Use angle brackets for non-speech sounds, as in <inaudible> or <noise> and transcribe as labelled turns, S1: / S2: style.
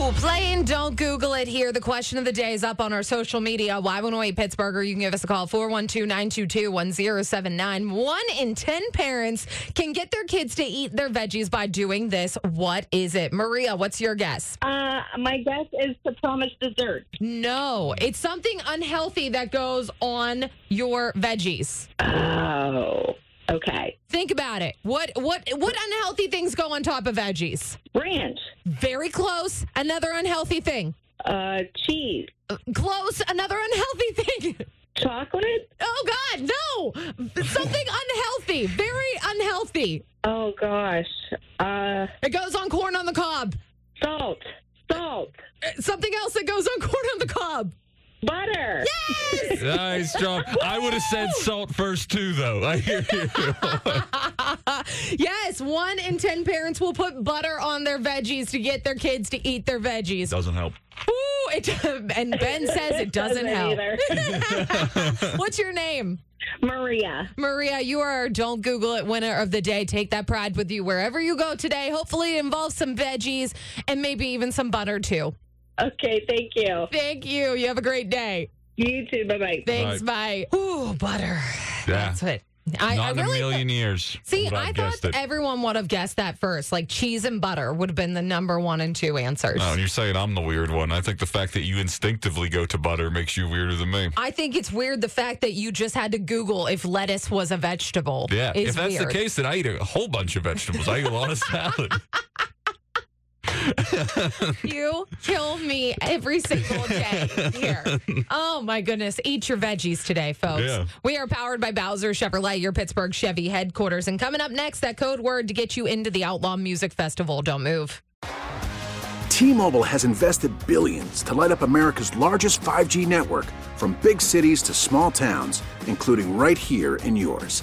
S1: Well, playing Don't Google It here. The question of the day is up on our social media. Y108 Pittsburgher. You can give us a call 412 922 1079. One in 10 parents can get their kids to eat their veggies by doing this. What is it? Maria, what's your guess?
S2: Uh, my guess is to promise dessert.
S1: No, it's something unhealthy that goes on your veggies.
S2: Oh, okay.
S1: Think about it. What what what unhealthy things go on top of veggies?
S2: Ranch,
S1: Very close. Another unhealthy thing.
S2: uh, cheese,
S1: Close. Another unhealthy <laughs> thing.
S2: chocolate.
S1: Oh God, no! Something unhealthy, very unhealthy.
S2: Oh gosh, uh,
S1: It goes on corn on the cob.
S2: salt, salt,
S1: Uh, Something else that goes on <laughs> corn on the cob.
S2: butter.
S3: Nice job. I would have said salt first too, though. I hear you.
S1: Yes, one in ten parents will put butter on their veggies to get their kids to eat their veggies.
S3: Doesn't help.
S1: Ooh, it, and <laughs> Ben says it doesn't help. <laughs>
S2: either. <laughs>
S1: What's your name?
S2: Maria.
S1: Maria, you are our Don't Google It winner of the day. Take that pride with you wherever you go today. Hopefully, it involves some veggies and maybe even some butter, too.
S2: Okay, thank you.
S1: Thank you. You have a great day.
S2: You too. Bye bye.
S1: Thanks. Bye. Ooh, butter.
S3: Yeah.
S1: That's it. I, I
S3: Not in a
S1: really
S3: million years.
S1: see.
S3: would
S1: I
S3: have
S1: thought
S3: guessed it.
S1: everyone would have guessed that first. Like cheese and butter would have been the number one and two answers.
S3: No, Oh, you're saying I'm the weird one. I think the fact that you instinctively go to butter makes you weirder than me.
S1: I think it's weird the fact that you just had to Google if lettuce was a vegetable.
S3: Yeah.
S1: is
S3: if that's
S1: weird.
S3: the case, then I eat a whole bunch of vegetables. I eat a
S1: <laughs>
S3: lot of salad.
S1: You kill me every single day
S3: <laughs>
S1: here. Oh my goodness. Eat your veggies today, folks.
S3: Yeah.
S1: We are powered by Bowser Chevrolet, your Pittsburgh Chevy headquarters. And coming up next, that code word to get you into the Outlaw Music Festival. Don't move.
S4: T-Mobile has invested billions to light up America's largest 5G network from big cities to small towns, including right here in yours.